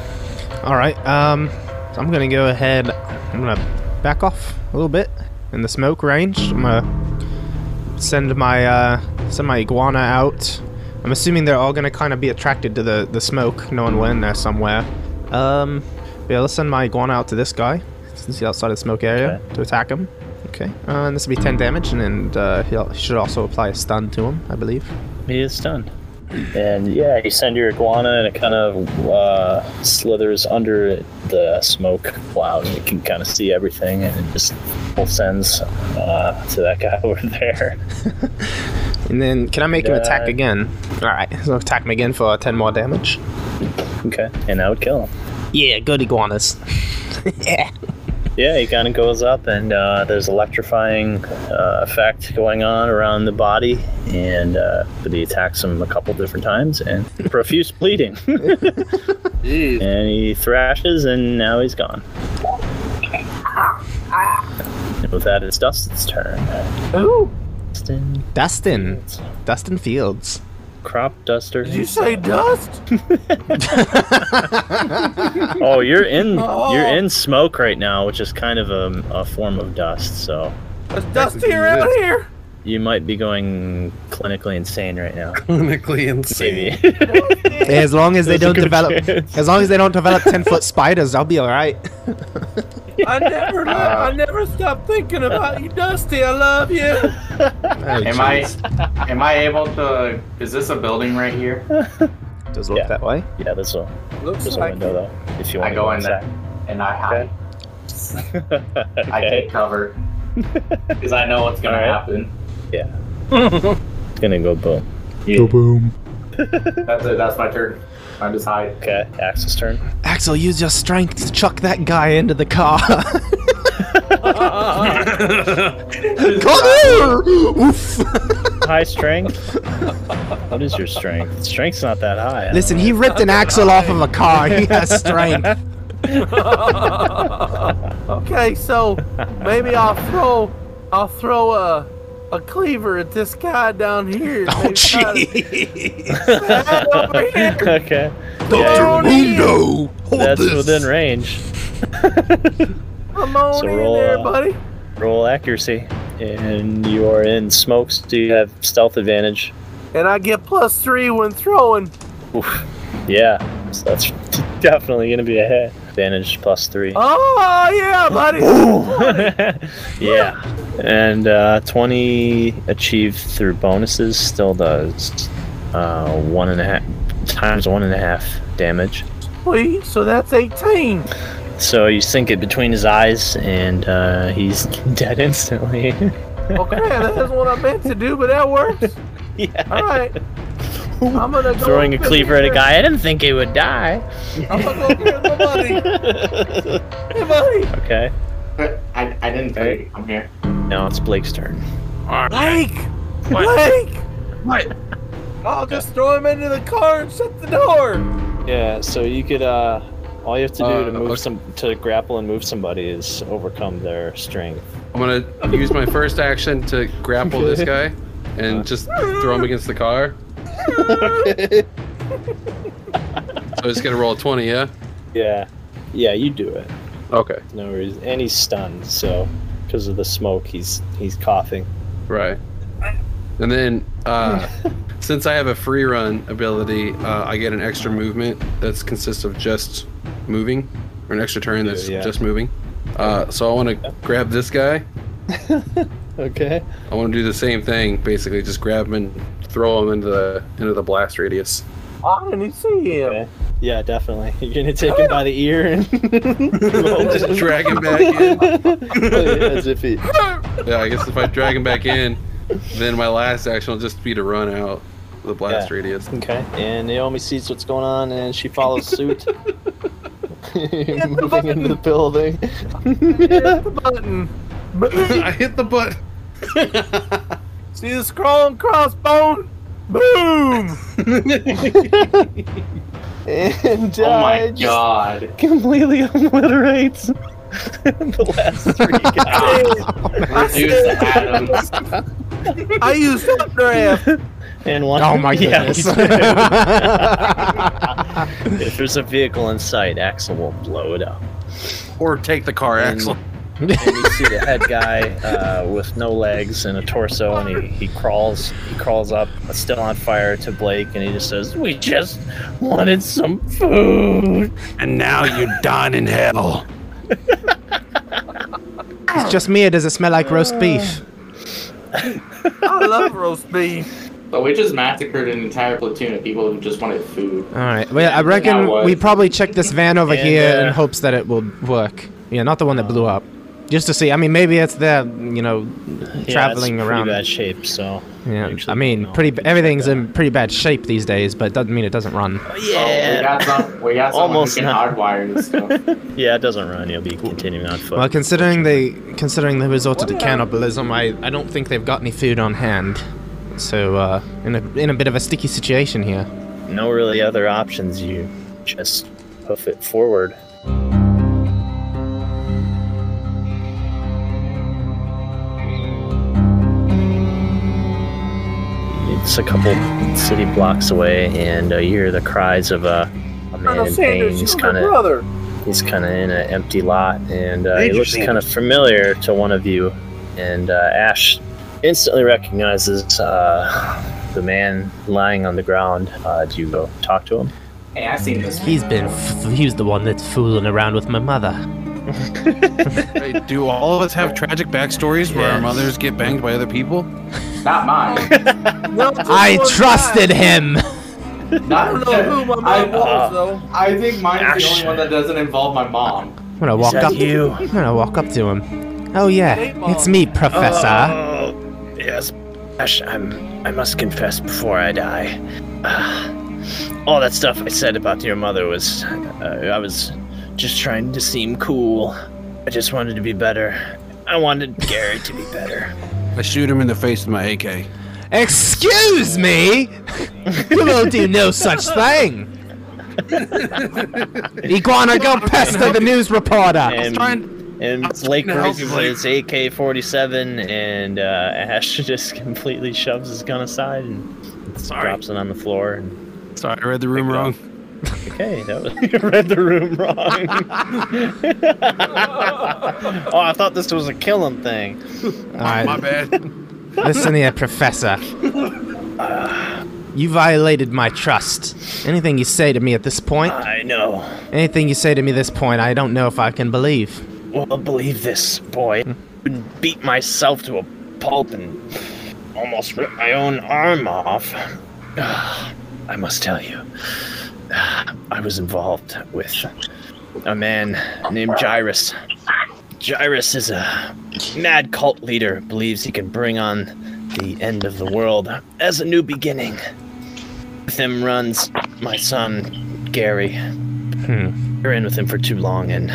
All right. Um, so I'm gonna go ahead. I'm gonna back off a little bit in the smoke range. I'm gonna send my uh, send my iguana out. I'm assuming they're all gonna kind of be attracted to the the smoke, knowing we're in there somewhere. Um, but yeah, let's send my iguana out to this guy. Since he's outside of the smoke area to attack him. Okay. Uh, and this will be 10 damage, and, and uh, he'll, he should also apply a stun to him, I believe. He is stunned. And yeah, you send your iguana, and it kind of uh, slithers under the smoke cloud, and you can kind of see everything, and it just full sends uh, to that guy over there. And then, can I make him attack Yeah. again? All right. So attack him again for 10 more damage. Okay, and that would kill him. Yeah, good iguanas. yeah. Yeah, he kind of goes up, and uh, there's electrifying uh, effect going on around the body, and uh, but he attacks him a couple different times, and profuse bleeding, and he thrashes, and now he's gone. And with that, it's Dustin's turn. Ooh. Dustin, Dustin. Dustin Fields. crop duster. Did you say dust? Oh, you're in Oh. you're in smoke right now, which is kind of a, a form of dust. So It's dusty around here. You might be going clinically insane right now. Clinically insane. Maybe. As long as they There's a don't good develop, chance. as long as they don't develop ten foot spiders, I'll be all right. I never, I never stop thinking about you, Dusty. I love you. Am I am I able to? Is this a building right here? Does look Yeah. that way? yeah, there's a Looks there's a like window though. If you want I to go go in there inside. and I hide. I Okay. take cover because I know what's gonna All right. happen. Yeah. it's gonna go boom. boom. That's it. That's my turn. I just hide. Okay, Axel's turn. Axel, use your strength to chuck that guy into the car. Come here! Oof. High strength. what is your strength? Strength's not that high. I don't Listen, he ripped an axle off of a car. He has strength. okay, so maybe I'll throw, I'll throw a, a cleaver at this guy down here. Oh, Maybe try to- gee. Dad, over here. okay. Come Yeah, on in. Hold that's this. within range. Come on So in roll, there, uh, buddy. Roll accuracy. And you are in smokes. Do you have stealth advantage? And I get plus three when throwing. Oof. Yeah. So that's definitely gonna be a hit. Advantage plus three. Oh yeah, buddy. yeah. And uh, 20 achieved through bonuses still does uh, one and a half times one and a half damage. Please. So that's eighteen. So you sink it between his eyes, and uh, he's dead instantly. Okay, that's what I meant to do, but that works. yeah. All right. I'm gonna go Throwing a over cleaver at a here. guy. I didn't think he would die. I'm gonna go get my buddy. Hey, buddy. Okay. I, I didn't think I'm here. Now it's Blake's turn. Blake. Blake. What? I'll just throw him into the car and shut the door. Yeah. So you could. Uh, all you have to do Uh, to move okay. some to grapple and move somebody is overcome their strength. I'm gonna use my first action to grapple this guy and just throw him against the car. so it's gonna roll a 20, yeah? Yeah. Yeah. You do it. Okay. No reason. And he's stunned, so because of the smoke, he's he's coughing. Right. And then, uh, since I have a free run ability, uh, I get an extra movement that consists of just moving, or an extra turn that's Yeah. just moving. Uh, so I want to grab this guy. Okay. I want to do the same thing, basically, just grab him and throw him into the into the blast radius. I didn't see him. Okay. Yeah, definitely. You're gonna take him by the ear and just drag him back in. Oh, as if he. Yeah, I guess if I drag him back in, then my last action will just be to run out the blast Yeah. radius. Okay. And Naomi sees what's going on, and she follows suit. Moving button. into the building. Hit the button. I hit the button. See the scroll and crossbone? Boom! and Oh uh, my just god! completely obliterates the last three guys. I, Dude, said, Adams. I used updraft. And one. Oh my Yeah, goodness. you do. if there's a vehicle in sight, Axel will blow it up. Or take the car, And- Axel. and you see the head guy uh, with no legs and a torso, and he, he crawls he crawls up, uh, still on fire, to Blake, and he just says, "We just wanted some food." And now you dine in hell. It's just me. or Does it smell like roast beef? I love roast beef. But we just massacred an entire platoon of people who just wanted food. All right. Well, I reckon Yeah, what? we probably check this van over And, here uh, in hopes that it will work. Yeah, not the one that blew up. Just to see. I mean, maybe it's there. You know, Yeah, it's traveling pretty around. bad shape. So Yeah. actually I mean, don't know. pretty. Everything's in pretty bad shape these days, but it doesn't mean it doesn't run. Oh, we yeah, got some. We got someone Almost who can not. hardwire this stuff. yeah, it doesn't run. You'll be continuing on foot. Well, considering they considering they resorted to cannibalism, I, I don't think they've got any food on hand. So uh, in a in a bit of a sticky situation here. No really other options. You just hoof it forward. It's a couple city blocks away, and uh, you hear the cries of uh, a man Colonel in pain. Sanders, He's you're kind my of brother. He's kind of in an empty lot, and uh, he Major looks kind of Sanders. familiar to one of you. And uh, Ash, instantly recognizes uh, the man lying on the ground. Uh, do you go talk to him? Hey, I've seen this. He's been. F- he was the one that's fooling around with my mother. Hey, do all of us have tragic backstories where our Yes. mothers get banged by other people? Not mine. No, just I one trusted him. guy. I Not don't know who my I- mom Uh, was though. I think mine's the Ash. only one that doesn't involve my mom. I'm gonna walk that up. you? I'm gonna walk up to him. Oh yeah, Hey, Mom. it's me, Professor. Oh, yes, Ash, I'm. I must confess before I die. Ah, all that stuff I said about your mother was, uh, I was just trying to seem cool. I just wanted to be better. I wanted Gary to be better. I shoot him in the face with my AK. Excuse me. you will do no such thing. Iguana, go pester the news reporter. And, trying- and I was Blake trying to help raises Blake. his AK-47, and uh, Ash just completely shoves his gun aside and drops it on the floor. And Sorry, I read the room wrong. Okay, that was, you read the room wrong. oh, I thought this was a killing thing. All right. My bad. Listen here, Professor. You violated my trust. Anything you say to me at this point, I know. anything you say to me at this point, I don't know if I can believe. Well, believe this, boy. Would Beat myself to a pulp and almost rip my own arm off. I must tell you, I was involved with a man named Jairus. Jairus is a mad cult leader, believes he can bring on the end of the world as a new beginning. With him runs my son, Gary. We were in with him for too long, and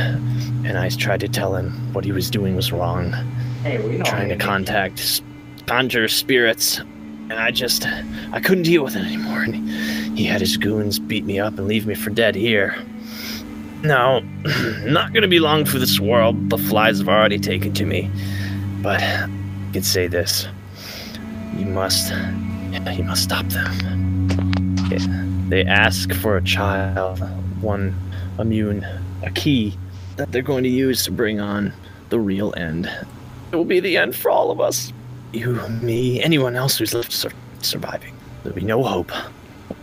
and I tried to tell him what he was doing was wrong, Hey, we know. trying to contact s- conjure spirits, and I just I couldn't deal with it anymore. And he, he had his goons beat me up and leave me for dead here. Now, not gonna be long for this world. The flies have already taken to me, but I can say this: you must, you must stop them. Yeah. They ask for a child, one immune, a key that they're going to use to bring on the real end. It will be the end for all of us. You, me, anyone else who's left sur- surviving. There'll be no hope.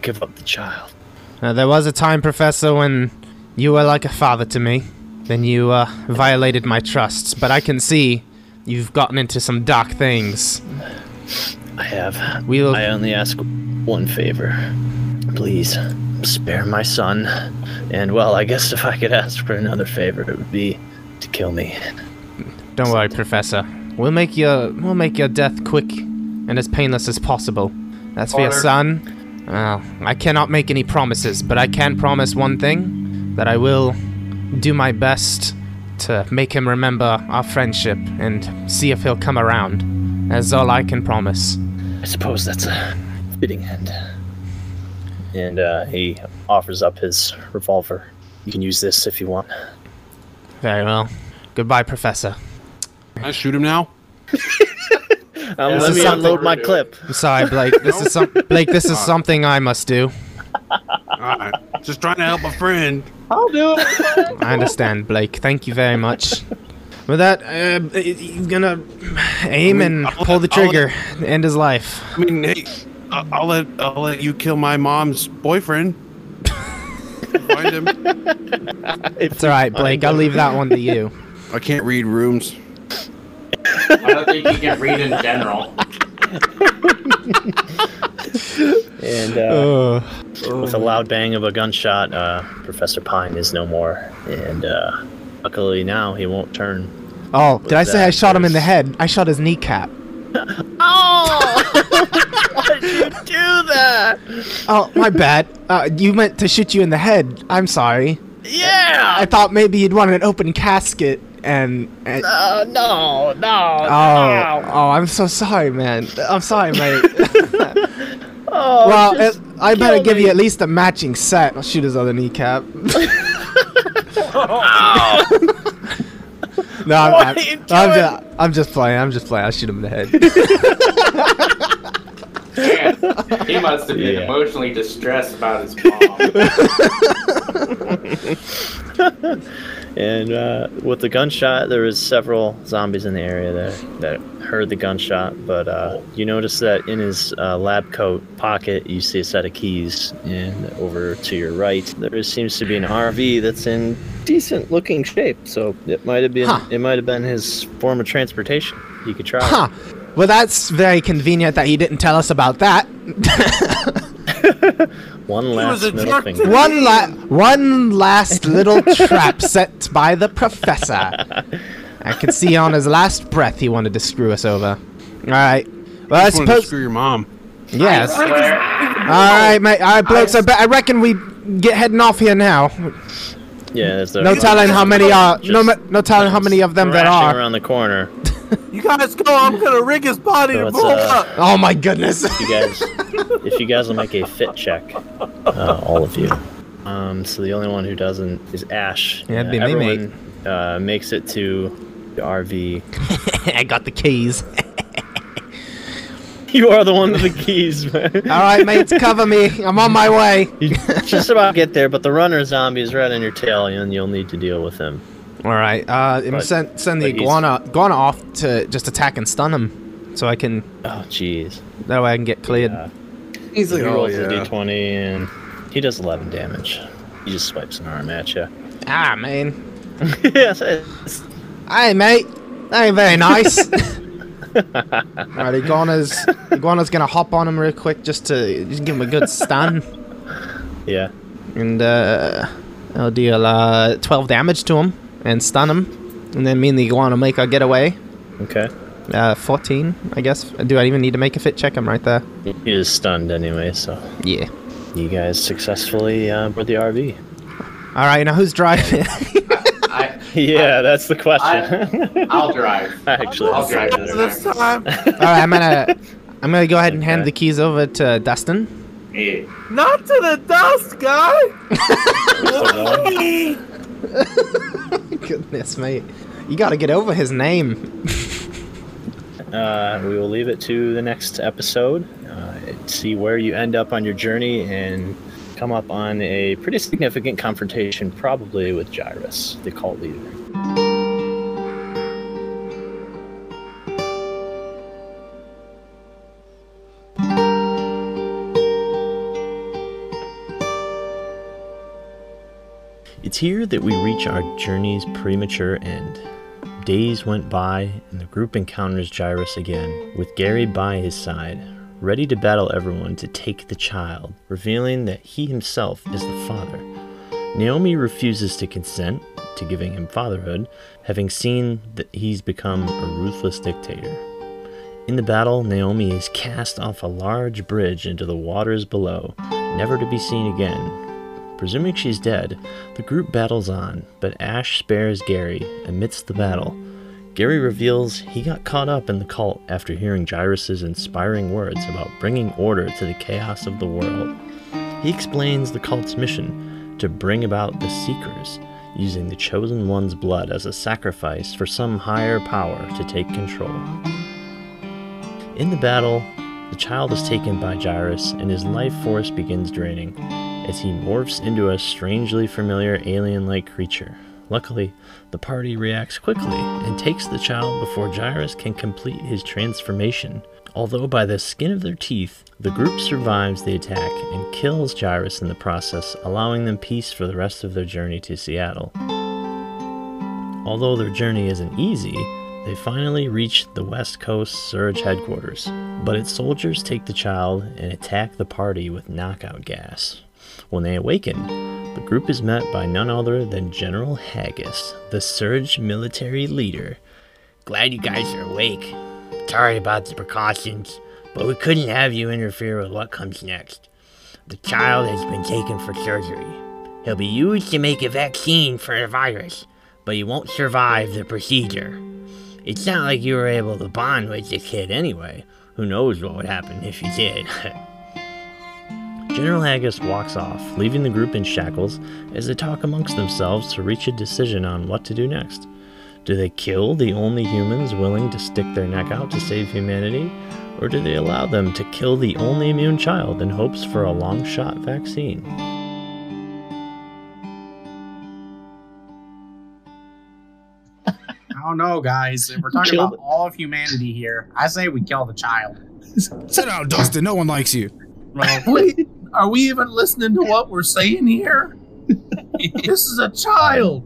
Give up the child. Uh, there was a time, Professor, when you were like a father to me. Then you uh, violated my trusts, but I can see you've gotten into some dark things. I have. We will. I only ask one favor. Please, spare my son. And well, I guess if I could ask for another favor, it would be to kill me. Don't worry, Professor. We'll make your we'll make your death quick and as painless as possible. As for your Father. son, well, I cannot make any promises, but I can promise one thing: that I will do my best to make him remember our friendship and see if he'll come around. That's all I can promise. I suppose that's a fitting end. And uh, he offers up his revolver. You can use this if you want. Very well. Goodbye, Professor. I shoot him now. Um, Yeah, let this me is unload something my we're clip. I'm sorry, Blake. This is some Blake. This Ah. is something I must do. All right. Just trying to help a friend. I understand, Blake. Thank you very much. With that, uh, he's gonna aim and I'll- pull the I'll- trigger, end his life. I mean, hey, I- I'll let I'll let you kill my mom's boyfriend. Find him. It's all right, Blake. I'll leave that one to you. I can't read rooms. I don't think you can read in general. And uh, with a loud bang of a gunshot, uh, Professor Pine is no more. And uh, luckily now he won't turn. oh, did I say I that shot him in the is- head? I shot his kneecap. Oh! Do that! Oh, my bad. Uh, you meant to shoot you in the head. I'm sorry. Yeah! I thought maybe you'd want an open casket and. and Uh, no, oh, no. oh, I'm so sorry, man. I'm sorry, mate. well, it, I Oh, better kill give you me. at least a matching set. I'll shoot his other kneecap. No, I'm, What not. are you I'm doing? just, I'm just playing. I'm just playing. I shoot him in the head. Man, he must have been Yeah. emotionally distressed about his mom. And uh, with the gunshot, there was several zombies in the area there that heard the gunshot. But uh, you notice that in his uh, lab coat pocket, you see a set of keys. And over to your right, there seems to be an RV that's in decent-looking shape. So it might have been Huh. it might have been his form of transportation. You could try. it. Huh. Well, that's very convenient that he didn't tell us about that. One last was a middle jerk finger. to- one, la- one last little trap set by the professor. I could see on his last breath he wanted to screw us over. All right. Well, I Just wanted to suppose. screw your mom. Yes. All Swear. right, mate. All right, blokes. I, bet I reckon we get heading off here now. Yeah, there's a- No telling how many are. No, Just- ma- no telling how many of them there thrashing are. around the corner. You guys go. I'm gonna rig his body So and it's, blow him uh, up. Oh my goodness. you guys, if you guys will make a fit check, uh, all of you. Um, so the only one who doesn't is Ash. Yeah, that'd be me, mate. everyone, Uh, makes it to the RV. I got the keys. You are the one with the keys, man. All right, mates, cover me. I'm on my way. You just about get there, but the runner zombie is right on your tail, and you'll need to deal with him. All right. Uh, I'm But- send send the but he's- iguana iguana off to just attack and stun him, so I can Oh, jeez. that way I can get cleared. Yeah. He's He like, oh rolls a yeah. d20, and he does 11 damage. He just swipes an arm at you. Ah, man. yes, it's- Hey, mate. That ain't very nice. All right, iguana's iguana's gonna hop on him real quick just to just give him a good stun, yeah. and uh, I'll deal uh 12 damage to him and stun him, and then me and the iguana make our getaway. Okay. Uh, 14, I guess. Do I even need to make a fit check? I'm right there. He is stunned anyway, so Yeah. you guys successfully uh, board the RV. All right, now who's driving? I, Yeah, that's the question. I, I'll drive. Actually, I'll that's drive better. This time, All right, I'm gonna, I'm gonna go ahead and hand Okay. the keys over to Dustin. Yeah. not to the dust, guy. Goodness, mate, you gotta get over his name. uh, we will leave it to the next episode. Uh, see where you end up on your journey and come up on a pretty significant confrontation, probably with Jairus, the cult leader. It's here that we reach our journey's premature end. Days went by, and the group encounters Jairus again, with Gary by his side, ready to battle everyone to take the child, revealing that he himself is the father. Naomi refuses to consent to giving him fatherhood, having seen that he's become a ruthless dictator. In the battle, Naomi is cast off a large bridge into the waters below, never to be seen again, Presuming she's dead, the group battles on, but Ash spares Gary amidst the battle. Gary reveals he got caught up in the cult after hearing Jairus' inspiring words about bringing order to the chaos of the world. He explains the cult's mission to bring about the Seekers, using the Chosen One's blood as a sacrifice for some higher power to take control. In the battle, the child is taken by Jairus and his life force begins draining as he morphs into a strangely familiar alien like creature. Luckily, the party reacts quickly and takes the child before Jairus can complete his transformation. Although, by the skin of their teeth, the group survives the attack and kills Jairus in the process, allowing them peace for the rest of their journey to Seattle. Although their journey isn't easy, they finally reach the West Coast Surge headquarters. But its soldiers take the child and attack the party with knockout gas. When they awaken, the group is met by none other than General Haggis, the Surge military leader. Glad you guys are awake. Sorry about the precautions, but we couldn't have you interfere with what comes next. The child has been taken for surgery. He'll be used to make a vaccine for the virus, but he won't survive the procedure. It's not like you were able to bond with the kid anyway. Who knows what would happen if you did? General Haggis walks off, leaving the group in shackles as they talk amongst themselves to reach a decision on what to do next. Do they kill the only humans willing to stick their neck out to save humanity, Or do they allow them to kill the only immune child in hopes for a long shot vaccine? I don't know, guys. We're talking Kill about all of humanity here. I say we kill the child. Sit down, Dustin. No one likes you. Wait, are Uh, we even listening to what we're saying here? this is a child.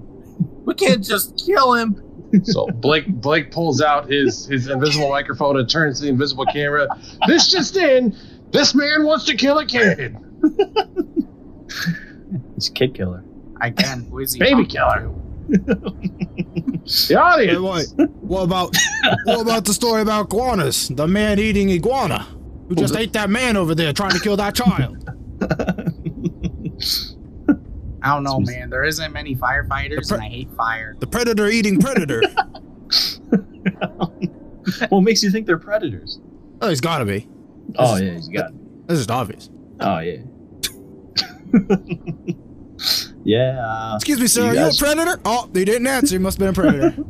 We can't just kill him. So Blake Blake pulls out his his invisible microphone and turns the invisible camera. This just in, this man wants to kill a kid. It's kid killer. I can. Who is he? Baby killer. the Wait, audience. wait. What about what about the story about iguanas? The man eating iguana who just ate that man over there trying to kill that child. I don't know, man. There isn't many firefighters, The pre- and I hate fire. The predator eating predator. What makes you think they're predators? Oh, he's gotta be. Oh yeah, he's got. This is obvious. Oh yeah. yeah. Excuse me, sir. Are you a guys- predator? Oh, they didn't answer. You must have been a predator.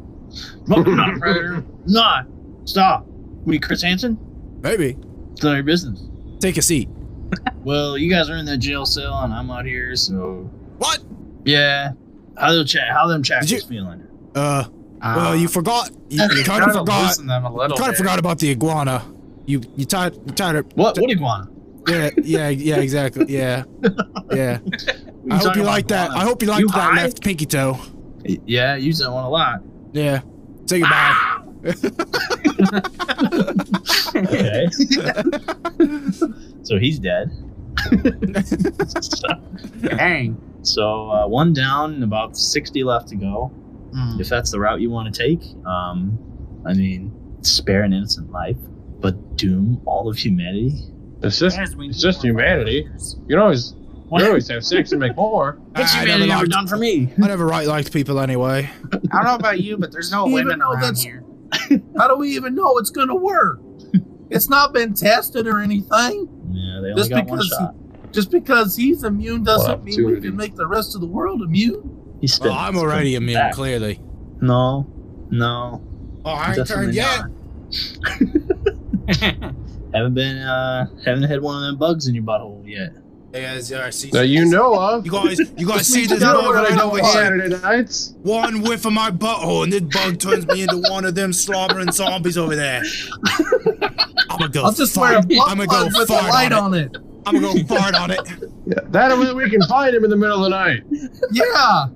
No, I'm not a predator. Not. Stop. We Chris Hansen? Maybe. It's none of your business. Take a seat. Well, you guys are in that jail cell, and I'm out here, so What? yeah. How the chat? How them Did you- chapters feeling? Uh, Uh, well, you forgot. You, you kind of forgot. loosen them a little. Kind of bit. forgot about the iguana. You you tied you tied her. What? What iguana? Yeah, yeah, yeah, exactly. Yeah, yeah. We I hope you talking about like that. I iguana. hope you You liked that high? left pinky toe. Yeah, you use that one a lot. Yeah. Say Ah! goodbye. Okay. so he's dead. Dang. So uh, one down, and about sixty left to go. Mm. If that's the route you want to take, um, I mean, spare an innocent life, but doom all of humanity. It's just Guys, we it's need just more humanity. firefighters. You can always you always have sex and make more. What's I, humanity never ever liked, done for me? I never right liked people anyway. I don't know about you, but there's no Even women though around that's- here. How do we even know it's gonna work? It's not been tested or anything. Yeah, they only Just got one because shot. Just because he's immune doesn't mean we opportunity. can make the rest of the world immune. He's still. Well, Oh, I'm already immune, back. clearly. No, no. Oh, I ain't turned Definitely yet. not. haven't been, uh, haven't had one of them bugs in your butthole yet. Hey, guys, yeah, I see- That you know of. You guys, you guys see You this know bug what I right know over on here? Saturday nights. One whiff of my butthole, and this bug turns me into one of them slobbering zombies over there. I'ma go. I'll just fart. wear a blood I'ma go plug with a fart light on on it. it. I'ma go fart on it. That way we can find him in the middle of the night. Yeah.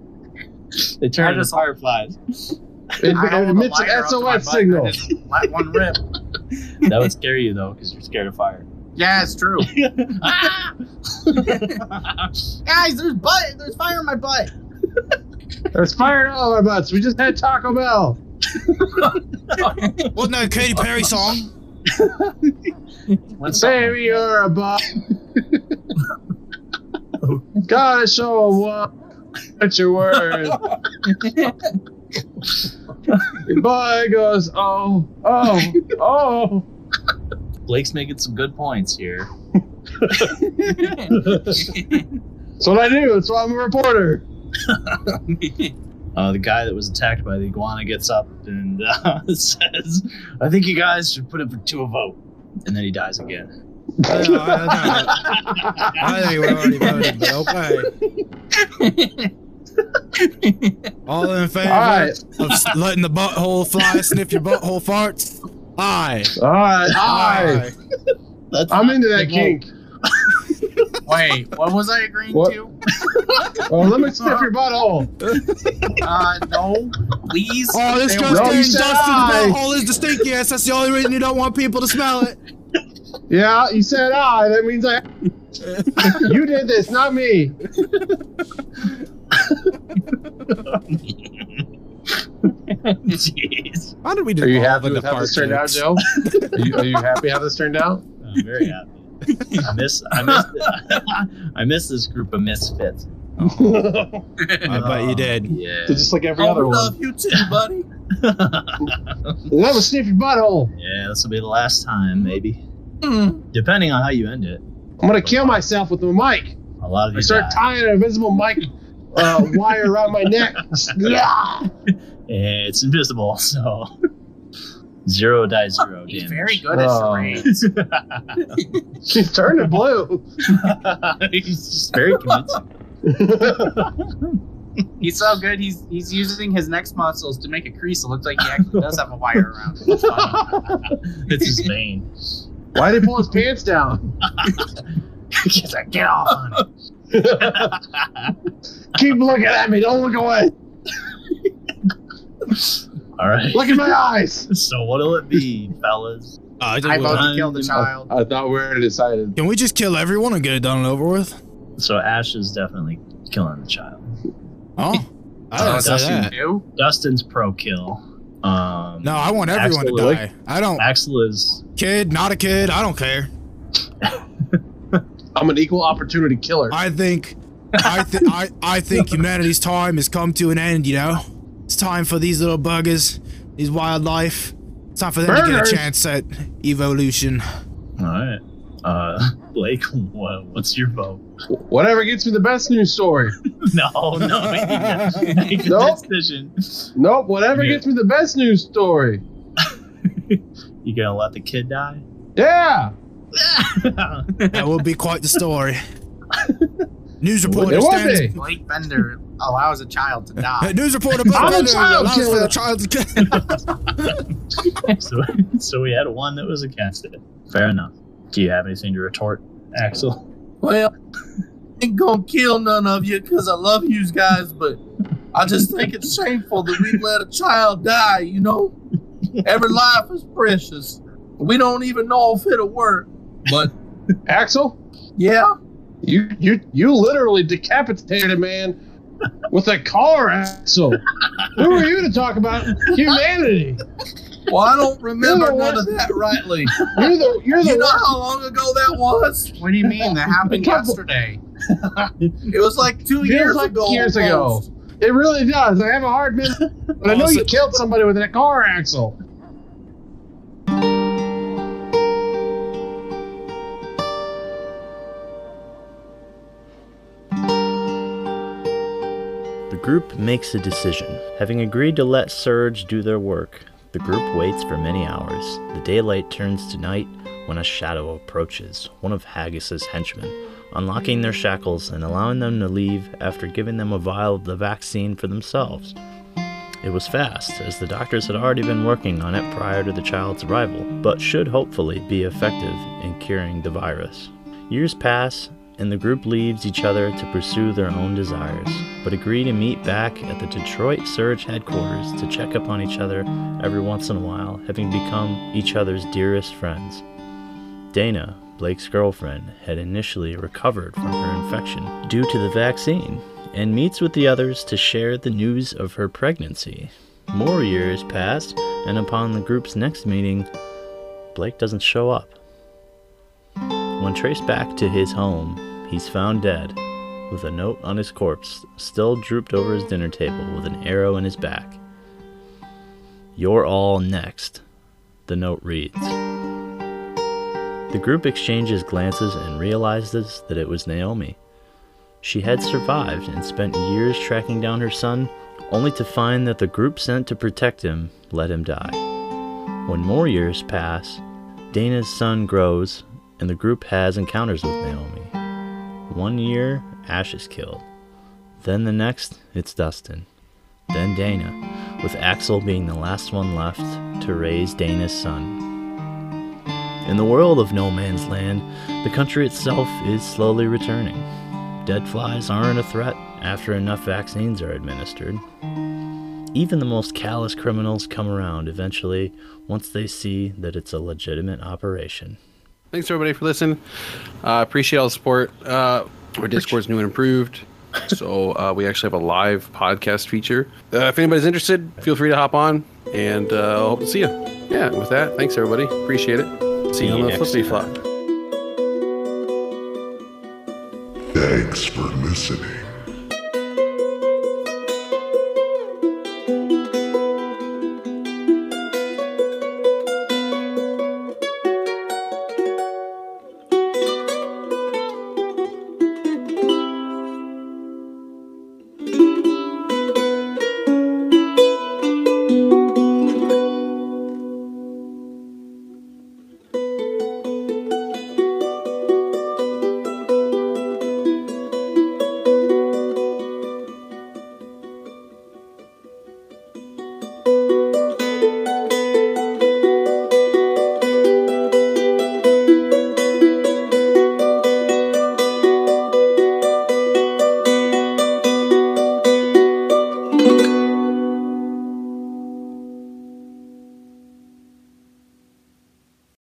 They I turn into just- fireflies. It, I hold it a emits lighter an up to my SOS butt, signal. I just Let one rip. that would scare you though, because you're scared of fire. Yeah, it's true. Ah! Guys, there's butt. There's fire in my butt. There's fire in all of our butts. We just had Taco Bell. Wasn't that a Katy Perry song? What's Baby, you're a butt. Gotta show 'em what, what you're worth. Your boy goes, oh, oh, oh. Blake's making some good points here. That's what I do. That's why I'm a reporter. Uh, the guy that was attacked by the iguana gets up and uh, says, "I think you guys should put it to a vote," and then he dies again. I, don't know, I don't know. I think we already voted, but okay. All in favor All right. of s- letting the butthole fly sniff your butthole farts? Aye. All right. I, That's I'm not into the that vote. kink. Wait, what was I agreeing What? to? Oh, let me sniff your butthole. Uh, no, please. Oh, this They just won't in. say Dustin's aye. butthole is the stinkiest. That's the only reason you don't want people to smell it. Yeah, you said I. Ah, That means I. you did this, not me. Jeez, Why did we do Are you all happy the with how fart this turned out, jokes? Joe? Are you, are you happy how this turned out? I'm very happy. I miss, I miss, I miss this group of misfits. Um, I bet you did. Yeah. So just like every I other love one. you too, buddy. Let me sniff your butthole. yeah, this will be the last time, maybe. Mm. Depending on how you end it, I'm gonna kill myself with my mic. a lot of I you start die. tying an invisible mic uh, wire around my neck. Yeah. it's invisible, so Zero die zero He's damage. very good at Oh. charades. She's turning blue. he's just very convincing. He's so good. He's he's using his neck muscles to make a crease. It looks like he actually does have a wire around. Him. It's funny. It's his vein. Why did he pull his pants down? He's like, get off! Honey. Keep looking at me. Don't look away. All right. Look in my eyes. So what'll it be, fellas? Oh, I I think vote we'll- to kill the child. I thought we already decided. Can we just kill everyone and get it done and over with? So Ash is definitely killing the child. Oh, I Uh, didn't say Dustin- that. Ew. Dustin's pro kill. Um, No, I want everyone Absolutely. to die. I don't Axel is kid, not a kid. I don't care. I'm an equal opportunity killer. I think, I th- I I think humanity's time has come to an end. You know, it's time for these little buggers, these wildlife. It's time for them to get Burgers? a chance at evolution. all right. Uh, Blake, what, what's your vote? Whatever gets me the best news story. No, no, we need to make a Nope. decision. Nope. Whatever Yeah. gets me the best news story. You gonna let the kid die? Yeah. That would be quite the story. News It reporter would stands. be. Blake Bender allows a child to Uh, die. News reporter Blake I'm a Bender child allows for killer. the child to kill. so, so we had one that was against it. Fair enough. Do you have anything to retort, Axel? Well, ain't gonna kill none of you because I love you guys, but I just think it's shameful that we let a child die, you know? Every life is precious. We don't even know if it'll work. Axel, Yeah? you you you literally decapitated a man with a car. Axel, who are you to talk about humanity? Well, I don't remember You're the none of worst. that rightly. You're the you're the You know worst. how long ago that was? What do you mean? That happened Couple- yesterday. It was like two Feels years like ago. years ago. almost. It really does. I have a hard minute, but I know you killed somebody with a car. Axel. The group makes a decision. Having agreed to let Surge do their work, the group waits for many hours. The daylight turns to night when a shadow approaches, one of Haggis's henchmen, unlocking their shackles and allowing them to leave after giving them a vial of the vaccine for themselves. It was fast, as the doctors had already been working on it prior to the child's arrival, but should hopefully be effective in curing the virus. Years pass, and the group leaves each other to pursue their own desires, but agree to meet back at the Detroit Surge headquarters to check up on each other every once in a while, having become each other's dearest friends. Dana, Blake's girlfriend, had initially recovered from her infection due to the vaccine and meets with the others to share the news of her pregnancy. More years passed, and upon the group's next meeting, Blake doesn't show up. When traced back to his home, he's found dead, with a note on his corpse still drooped over his dinner table with an arrow in his back. You're all next, the note reads. The group exchanges glances and realizes that it was Naomi. She had survived and spent years tracking down her son, only to find that the group sent to protect him let him die. When more years pass, Dana's son grows, and the group has encounters with Naomi. One year, Ash is killed. Then the next, it's Dustin. Then Dana, with Axel being the last one left to raise Dana's son. In the world of no man's land, the country itself is slowly returning. Dead flies aren't a threat after enough vaccines are administered. Even the most callous criminals come around eventually once they see that it's a legitimate operation. Thanks everybody for listening. Uh, appreciate all the support. Uh, our Discord's new and improved, so uh, we actually have a live podcast feature. Uh, if anybody's interested, feel free to hop on, and uh, hope to see you. Yeah. With that, thanks everybody. Appreciate it. See you on See you the next flippity flop. Thanks for listening.